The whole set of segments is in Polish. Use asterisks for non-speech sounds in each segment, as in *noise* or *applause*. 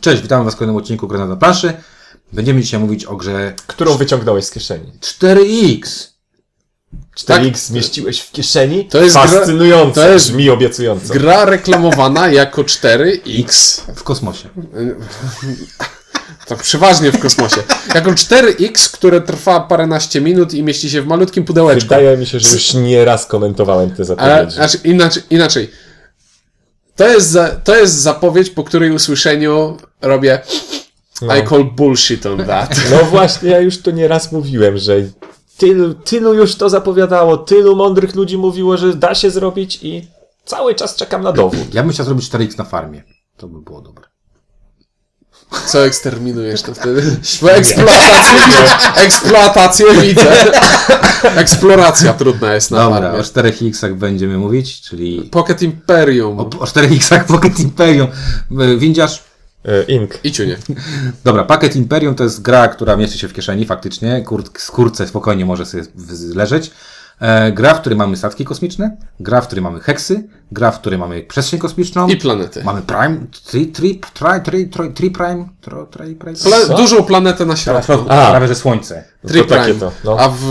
Cześć, witam Was w kolejnym odcinku Granat na planszy. Będziemy dzisiaj mówić o grze którą wyciągnąłeś z kieszeni. 4X. 4X zmieściłeś w kieszeni? Tak. To jest gra- Fascynujące, to jest- brzmi obiecująco. Gra reklamowana jako 4X. W kosmosie. To Tak przeważnie w kosmosie. Jako 4X, które trwa paręnaście minut i mieści się w malutkim pudełeczku. Wydaje mi się, że już nieraz komentowałem te A, zapowiedzi. znaczy, inaczej, inaczej. To jest, za, to jest zapowiedź, po której usłyszeniu robię No. I call bullshit on that. No właśnie, ja już to nieraz mówiłem, że tylu, tylu już to zapowiadało, tylu mądrych ludzi mówiło, że da się zrobić i cały czas czekam na dowód. Ja bym chciał zrobić 4X na farmie. To by było dobre. *laughs* Co eksterminujesz to wtedy? Bo eksploatację widzę. Eksploatację widzę. Eksploracja trudna jest na Dobra, o farmie. 4X będziemy mówić, czyli Pocket Imperium. o, o 4X *laughs* Pocket Imperium. Y, Windziarz. E, Ink. I ciunie. Dobra, Pakiet Imperium to jest gra, która mieści się w kieszeni faktycznie. Kurt, skórce spokojnie może sobie w- leżeć. E, gra, w której mamy statki kosmiczne, gra, w której mamy heksy, gra, w której mamy przestrzeń kosmiczną. I planety. Mamy Prime, tri, tri, tri, tri, tri, tri Prime, tro, tri, prime. Pla- Co? dużą planetę na Pra- środku. A. Prawie, że słońce. Three To takie Prime. to, no. A w,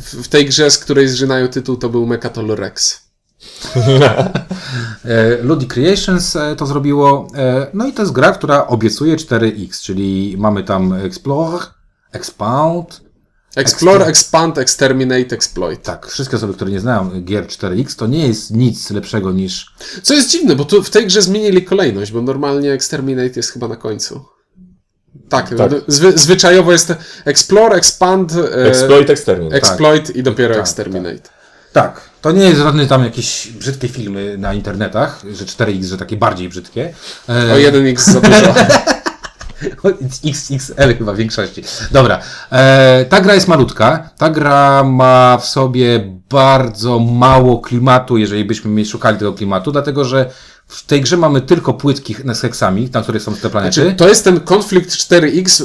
w tej grze, z której zżynają tytuł, to był Mechatol Rex. E, Ludi Creations e, to zrobiło. e, No i to jest gra, która obiecuje 4X, czyli mamy tam Explore, Expound. Explore, Expand, Exterminate, Exploit. Tak, wszystkie osoby, które nie znają gier 4X, to nie jest nic lepszego niż. Co jest dziwne, bo tu w tej grze zmienili kolejność, bo normalnie Exterminate jest chyba na końcu. Tak, Tak. Zwy, zwyczajowo jest Explore, Expand, e, Exploit Extermin. Exploit i dopiero Tak, Exterminate. Tak, to nie jest żadne tam jakieś brzydkie filmy na internetach, że 4X, że takie bardziej brzydkie. E, O jeden X *laughs* za dużo. No, XXL chyba w większości. Dobra. E, ta gra jest malutka. Ta gra ma w sobie bardzo mało klimatu, jeżeli byśmy mieli- szukali tego klimatu, dlatego że w tej grze mamy tylko płytki z heksami, na których są te planety. Znaczy, to jest ten konflikt 4X e,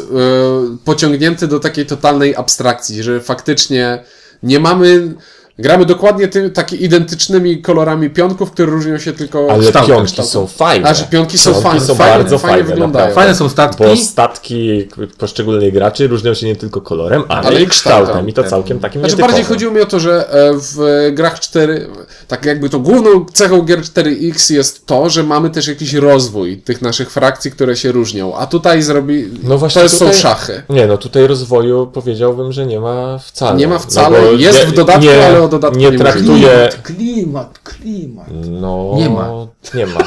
pociągnięty do takiej totalnej abstrakcji, że faktycznie nie mamy. Gramy dokładnie tym, taki identycznymi kolorami pionków, które różnią się tylko Ale tak, Kształtem, pionki kształtem. są fajne. A, że pionki są fajne, fajne, bardzo fajnie fajne, wyglądają. naprawdę. Fajne są statki. Bo statki poszczególnych graczy różnią się nie tylko kolorem, ale, Ale i i kształtem. kształtem. I to całkiem takim Znaczy nietypowym. bardziej chodziło mi o to, że e, w e, grach 4, tak jakby tą główną cechą gier 4X jest to, że mamy też jakiś rozwój tych naszych frakcji, które się różnią, a tutaj zrobi, No właśnie to jest, są tutaj- szachy. Nie, no tutaj rozwoju powiedziałbym, że nie ma wcale. No Nie ma wcale, bo jest w dodatku, ale o dodatku nie nie traktuje. klimat, klimat. No, Nie ma. Nie ma.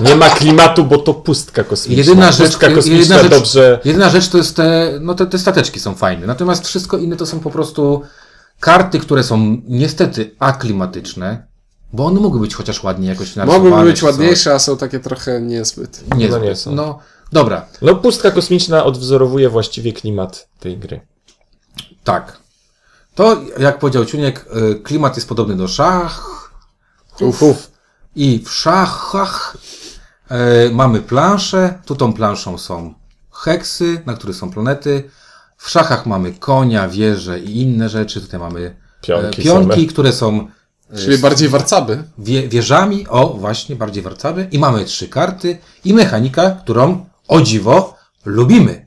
Nie ma klimatu, bo to pustka kosmiczna. Jedyna rzecz, pustka kosmiczna jedyna rzecz, dobrze. jedyna rzecz to jest te, no te, te stateczki są fajne, natomiast wszystko inne to są po prostu karty, które są niestety aklimatyczne, bo one mogły być chociaż ładnie jakoś narysowane. Mogłyby czy być coś. ładniejsze, a są takie trochę niezbyt. Nie, No no, nie są. no dobra, No pustka kosmiczna odwzorowuje właściwie klimat tej gry. tak. To, jak powiedział Ciuniek, y, klimat jest podobny do szach Uf. i w szachach y, mamy planszę, tu tą planszą są heksy, na których są planety, w szachach mamy konia, wieże i inne rzeczy, tutaj mamy Pionki E, pionki same. które są Czyli bardziej warcaby. wie, wieżami, o właśnie, bardziej warcaby. I mamy trzy karty i mechanika, którą, o dziwo, lubimy.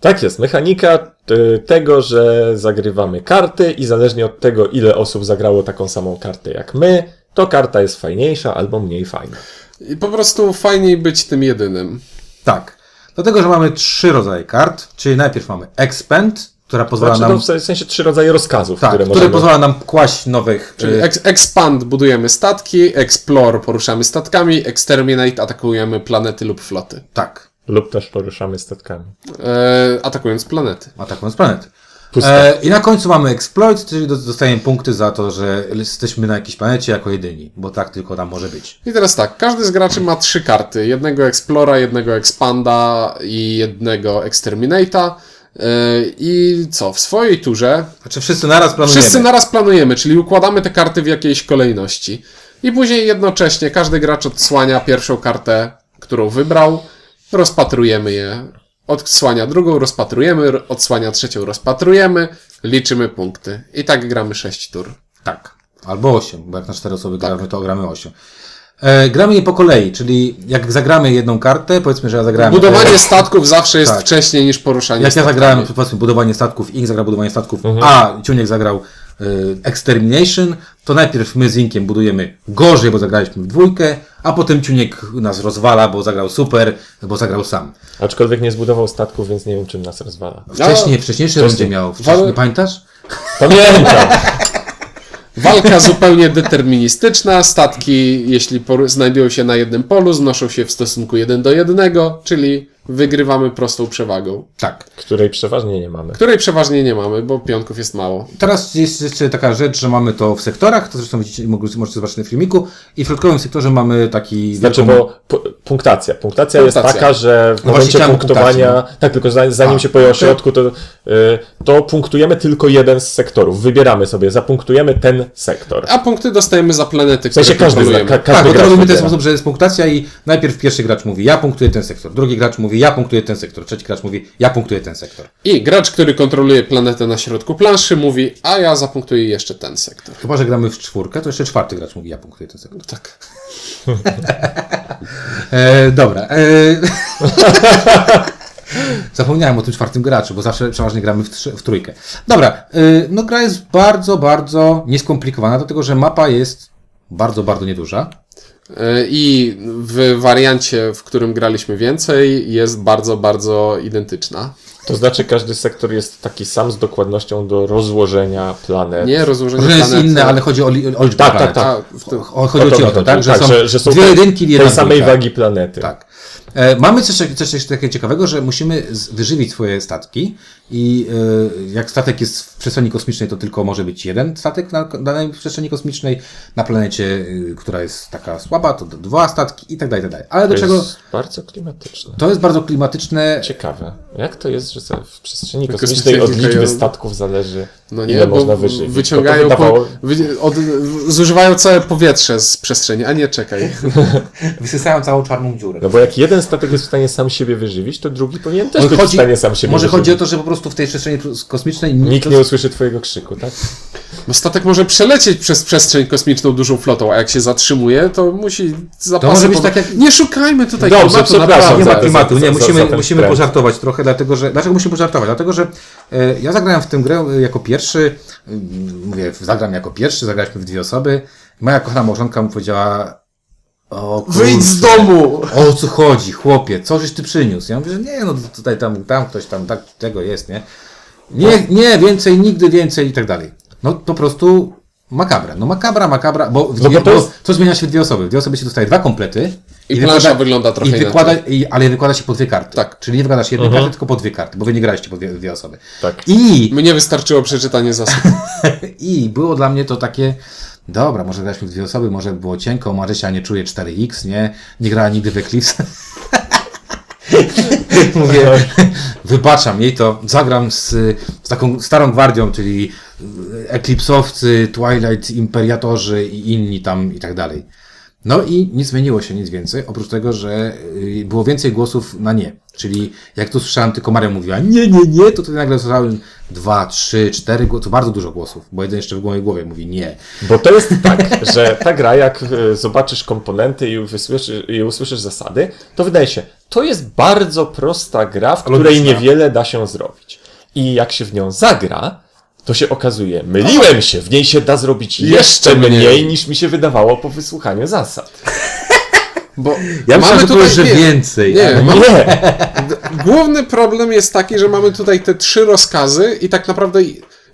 Tak jest, mechanika y, tego, że zagrywamy karty i zależnie od tego, ile osób zagrało taką samą kartę jak my, to karta jest fajniejsza albo mniej fajna. I po prostu fajniej być tym jedynym. Tak. Dlatego, że mamy trzy rodzaje kart, czyli najpierw mamy Expand, która pozwala Znaczy, no, nam, w sensie trzy rodzaje rozkazów, tak, które który możemy... pozwala nam kłaść nowych, Czyli e, ex- expand budujemy statki, explore poruszamy statkami, exterminate atakujemy planety lub floty. tak, Lub też poruszamy statkami. E, atakując planety. atakując planety. Pusta. E, I na końcu mamy exploit, czyli do- dostajemy punkty za to, że jesteśmy na jakiejś planecie jako jedyni, bo tak tylko tam może być. I teraz tak, każdy z graczy ma trzy karty. Jednego Explora, jednego Expanda i jednego Exterminate'a. E, I co, w swojej turze Znaczy wszyscy naraz planujemy. Wszyscy naraz planujemy, czyli układamy te karty w jakiejś kolejności. I później jednocześnie każdy gracz odsłania pierwszą kartę, którą wybrał, rozpatrujemy je, odsłania drugą, rozpatrujemy, r- odsłania trzecią, rozpatrujemy, liczymy punkty. I tak gramy sześć tur. Tak. Albo 8, bo jak na 4 osoby gramy, to gramy 8. E, gramy je po kolei, czyli jak zagramy jedną kartę, powiedzmy, że ja zagrałem... e, Budowanie statków zawsze jest Tak. wcześniej niż poruszanie Jak ja statkami. zagrałem, powiedzmy, budowanie statków, Ink zagrał budowanie statków, a Ciuniek zagrał y, Extermination, to najpierw my z Inkiem budujemy gorzej, bo zagraliśmy w dwójkę, a potem Ciuniek nas rozwala, bo zagrał super, bo zagrał sam. No, Aczkolwiek nie zbudował statków, więc nie wiem, czym nas *laughs* rozwala. Wcześniej, wcześniejszy rundzie miał, wcześniej, Wal- pamiętasz? Pamiętam! Walka zupełnie deterministyczna. Statki, jeśli poru- znajdują się na jednym polu, znoszą się w stosunku 1 do 1, czyli wygrywamy prostą przewagą, Tak. Której przeważnie nie mamy. której przeważnie nie mamy, bo pionków jest mało. Teraz jest jeszcze taka rzecz, że mamy to w sektorach, to zresztą widzicie, mogli- możecie zobaczyć na filmiku, i w środkowym sektorze mamy taki... Znaczy, wielką- bo pu- punktacja. Punktacja jest Punktacja. taka, że No w właśnie momencie chciałem punktowania, punktacji, no. tak, tylko zanim, zanim A, się pojawia o to- środku, to, y, to punktujemy tylko jeden z sektorów. Wybieramy sobie, zapunktujemy ten sektor. A punkty dostajemy za planety, W które sensie każdy, zna, kontrolujemy. ka, Tak, każdy bo to gracz robimy w ten wybiera. sposób, że jest punktacja i najpierw pierwszy gracz mówi ja punktuję ten sektor, drugi gracz mówi ja punktuję ten sektor, trzeci gracz mówi ja punktuję ten sektor. I gracz, który kontroluje planetę na środku planszy, mówi, a ja zapunktuję jeszcze ten sektor. Chyba, że gramy w czwórkę, to jeszcze czwarty gracz mówi ja punktuję ten sektor. Tak. *laughs* E, dobra. E... *laughs* Zapomniałem o tym czwartym graczu, bo zawsze przeważnie gramy w, trzy, w trójkę. Dobra, e, no gra jest bardzo, bardzo nieskomplikowana, dlatego że mapa jest bardzo, bardzo nieduża. Y, I w wariancie, w którym graliśmy więcej, jest bardzo, bardzo identyczna. To znaczy, każdy sektor jest taki sam z dokładnością do rozłożenia planet. e, Nie rozłożenie Może jest planet. inne, ale chodzi o, li, o liczbę Tak, tak, planet. tak. A, w tym- O, chodzi o, ci o to, tak? Że, są że, że są dwie tej- jedynki i tej jedna samej dwójka. wagi planety. Tak. E, mamy coś, coś jeszcze takiego ciekawego, że musimy z- wyżywić swoje statki i e, jak statek jest w przestrzeni kosmicznej, to tylko może być jeden statek na ko- danej przestrzeni kosmicznej, na planecie, y, która jest taka słaba, to d- dwa statki i tak dalej, i tak dalej. Ale do To czego... jest bardzo klimatyczne. To jest bardzo klimatyczne. Ciekawe. Jak to jest, że za- w przestrzeni Tylko kosmicznej od specjalnie liczby kają- statków zależy, No nie, ile bo można wyżywić? wyciągają, To by po, dawało- wy, od, zużywają całe powietrze z przestrzeni, a nie czekaj. Wysysają całą czarną dziurę. No bo jak jeden statek jest w stanie sam siebie wyżywić, to drugi powinien też Może być w chodzi- stanie sam siebie Może wyżywić. chodzi o to, że po prostu w tej przestrzeni kosmicznej Nikt nie usłyszy twojego krzyku, tak? Bo No statek może przelecieć przez przestrzeń kosmiczną dużą flotą, a jak się zatrzymuje, to musi zapasy... może być pod- tak jak- Nie szukajmy tutaj Dobrze, klimatu, przepraszam, naprawdę. Nie ma za- klimatu, za- nie, za- musimy, za ten musimy trend. pożartować trochę, dlatego że. Dlaczego musimy pożartować? Dlatego, że e, ja zagrałem w tę grę e, jako pierwszy, mm, mówię, zagram jako pierwszy, zagraliśmy w dwie osoby. Moja kochana małżonka mu powiedziała. O, kurczę, Wyjdź z domu! O co chodzi, chłopie, co żeś ty przyniósł? Ja mówię, że nie, no tutaj tam, tam ktoś tam, tak, tego jest, nie? Nie, nie, więcej, nigdy więcej i tak dalej. No po prostu makabra, no makabra, makabra, bo, w No dwie, bo to bo jest- co zmienia się w dwie osoby? W dwie osoby się dostaje dwa komplety. I plansza wygląda trochę i wykłada, inaczej. i, Ale wykłada się po dwie karty. Tak. Czyli nie wykładasz jednej karty, tylko po dwie karty, bo wy nie graliście po dwie, dwie osoby. Tak. I, Mnie wystarczyło przeczytanie zasad. I było dla mnie to takie, dobra, może graliśmy w dwie osoby, może było cienko, Marysia nie czuje 4X, nie, nie grała nigdy w Eclipse. *laughs* Mówię, No, wybaczam jej to, zagram z, z taką starą gwardią, czyli Eklipsowcy, Twilight, Imperiatorzy i inni tam i tak dalej. No i nie zmieniło się nic więcej, oprócz tego, że y, było więcej głosów na nie. Czyli jak tu słyszałem, tylko Maria mówiła nie, nie, nie, to tutaj nagle słyszałem dwa, trzy, cztery głosy, bardzo dużo głosów, bo jeden jeszcze w mojej głowie mówi nie. Bo to jest tak, że ta gra, jak e, zobaczysz komponenty i usłyszysz, i usłyszysz zasady, to wydaje się, to jest bardzo prosta gra, w której Logiczna. niewiele da się zrobić. I jak się w nią zagra, to się okazuje, myliłem się, w niej się da zrobić jeszcze Jeszcze mniej. mniej niż mi się wydawało po wysłuchaniu zasad. Bo *laughs* Ja mamy myślałem, że, tutaj... powiesz, że nie, więcej. nie, ale- Nie! Główny problem jest taki, że mamy tutaj te trzy rozkazy i tak naprawdę,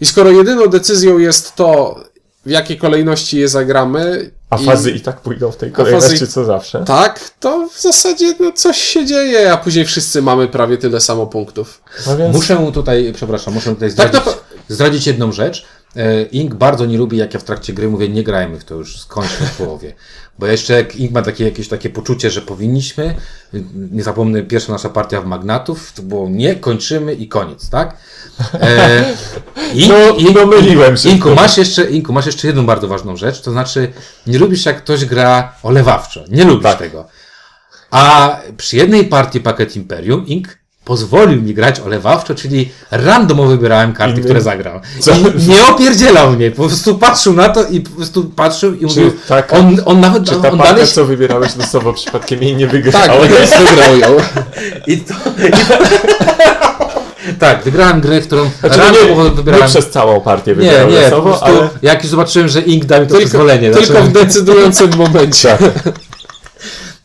i skoro jedyną decyzją jest to, w jakiej kolejności je zagramy... A i- fazy i tak pójdą w tej fazy kolejności i- co zawsze. Tak, to w zasadzie no, coś się dzieje, a później wszyscy mamy prawie tyle samo punktów. No więc... Muszę tutaj, przepraszam, muszę tutaj Tak, zdradzić, na pe- zdradzić jedną rzecz. E, Ink bardzo nie lubi, jak ja w trakcie gry mówię, nie grajmy w to już, skończmy w połowie. Bo jeszcze jak Ink ma takie, jakieś takie poczucie, że powinniśmy, y, nie zapomnę, pierwsza nasza partia w Magnatów, to było nie, kończymy i koniec, tak? *laughs* E, Ink, No, no myliłem się. Inku, masz jeszcze, Inku, masz jeszcze jedną bardzo ważną rzecz, to znaczy nie lubisz jak ktoś gra olewawczo, nie lubisz Tak. tego. A przy jednej partii Pakiet Imperium Ink pozwolił mi grać olewawczo, czyli randomo wybierałem karty, Inny- które zagrał. Co? I nie opierdzielał mnie, po prostu patrzył na to i po prostu patrzył i mówił, taka- on, on nawet, No, Czy ta on partia, dalej... co wybierałeś losowo przypadkiem jej nie Tak, wygrała? ale wygrał ją. *laughs* I to, i to... *laughs* tak, wygrałem grę, którą Znaczy, no randomo nie, nie wybierałem. przez całą partię Nie, wybrał nie, po losowo, prostu ale... jak już zobaczyłem, że Ink da mi to Tylko, pozwolenie. tylko zacząłem- w decydującym momencie.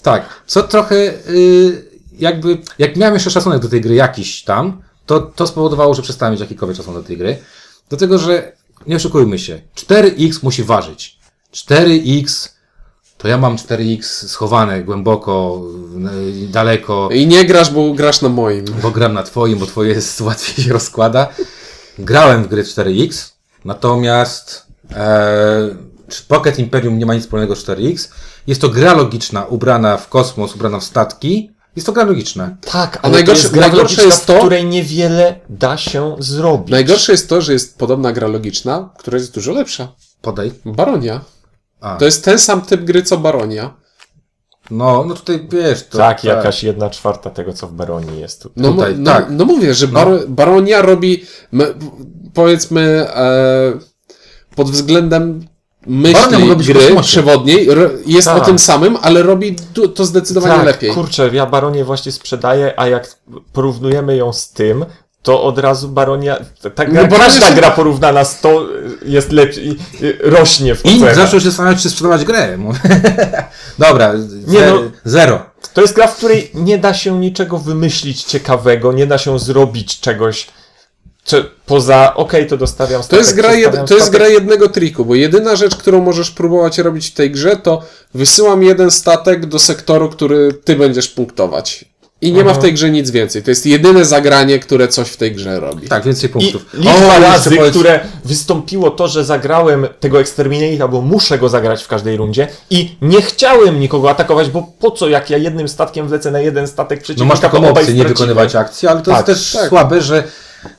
Tak, co trochę y, jakby, jak miałem jeszcze szacunek do tej gry jakiś tam, to, to spowodowało, że przestałem mieć jakikolwiek szacunek do tej gry. Dlatego, że nie oszukujmy się, 4x musi ważyć. 4x, to ja mam 4x schowane głęboko, y, daleko, I nie grasz, bo grasz na moim. bo gram na twoim, bo twoje jest *laughs* łatwiej się rozkłada. Grałem w gry 4X, natomiast e, czy Pocket Imperium nie ma nic wspólnego z 4X. Jest to gra logiczna, ubrana w kosmos, ubrana w statki. Jest to gra logiczna. Tak, ale to najgorsze- jest gra najgorsze logiczna, jest w to- w której niewiele da się zrobić. Najgorsze jest to, że jest podobna gra logiczna, która jest dużo lepsza. Podaj. Baronia. A. To jest ten sam typ gry, co Baronia. No, no tutaj wiesz, to. tak, jakaś jedna czwarta tego, co w Baronii jest tutaj. No, Tutaj, mu- tak. no, no mówię, że bar Baronia robi, m- powiedzmy, e, pod względem Baronia mogła myśli być gry kosmosie. przewodniej, ro- jest Tak. o tym samym, ale robi du- to zdecydowanie tak, lepiej. kurczę, ja Baronię właśnie sprzedaję, a jak porównujemy ją z tym, to od razu Baronia, tak No, no, Baronia każda się- gra porównana z to jest lepiej, i- i rośnie w I cenach. zaczął się zastanawiać, czy sprzedawać grę. *laughs* Mówię, Dobra, Nie ze- no. zero. To jest gra, w której nie da się niczego wymyślić ciekawego, nie da się zrobić czegoś czy poza, okej, to dostawiam To statek, jest, gra przestawiam jed- to jest statek. gra jednego triku, bo jedyna rzecz, którą możesz próbować robić w tej grze, to wysyłam jeden statek do sektoru, który ty będziesz punktować. I nie ma w tej grze nic więcej. To jest jedyne zagranie, które coś w tej grze robi. Tak, więcej I punktów. liczba jeszcze razy, powiedz- które wystąpiło to, że zagrałem tego Exterminatora, bo muszę go zagrać w każdej rundzie i nie chciałem nikogo atakować, bo po co, jak ja jednym statkiem wlecę na jeden statek No przeciwnika, masz taką to obaj opcję nie stracimy. wykonywać akcji, ale to Tak, jest też tak. słabe, że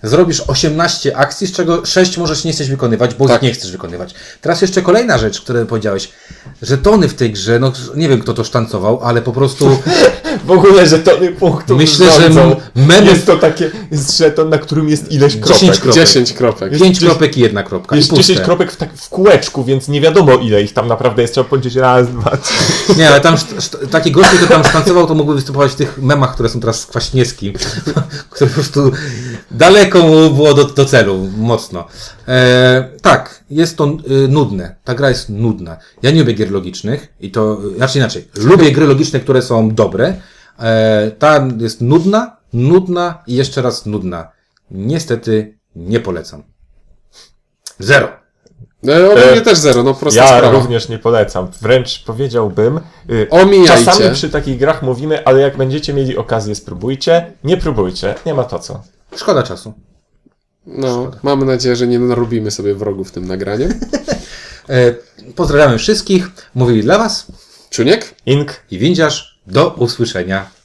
zrobisz 18 akcji, z czego 6 możesz nie chcesz wykonywać, bo Tak. ich nie chcesz wykonywać. Teraz jeszcze kolejna rzecz, którą powiedziałeś. Żetony w tej grze, no nie wiem kto to sztancował, ale po prostu W ogóle żetony punktów Myślę, że rządzą. memy- Jest to takie, jest żeton, na którym jest ileś kropek. 10 kropek. 10 kropek. Jest 5 dziesięć- kropek i jedna kropka. I Jest puste. 10 kropek w, tak, w kółeczku, więc nie wiadomo ile ich tam naprawdę jest. Trzeba policzyć raz, dwa, trzy. Nie, ale tam szt- szt- taki gość, który tam sztancował, to mógłby występować w tych memach, które są teraz z Kwaśniewskim, *laughs* który po prostu daleko mu było do, do celu, mocno. E, tak, jest to y, nudne. Ta gra jest nudna. Ja nie lubię gier logicznych i to, znaczy inaczej, lubię gry logiczne, które są dobre. E, ta jest nudna, nudna i jeszcze raz nudna. Niestety nie polecam. Zero. E, Ode mnie też zero, no prosta Ja sprawa. również nie polecam. Wręcz powiedziałbym, y, Omijajcie. czasami przy takich grach mówimy, ale jak będziecie mieli okazję, spróbujcie. Nie próbujcie, nie ma to co. Szkoda czasu. No, mamy nadzieję, że nie narobimy sobie wrogów tym nagraniem. E, pozdrawiamy wszystkich. Mówili dla Was Czuniek? Ink i Windziarz. Do usłyszenia.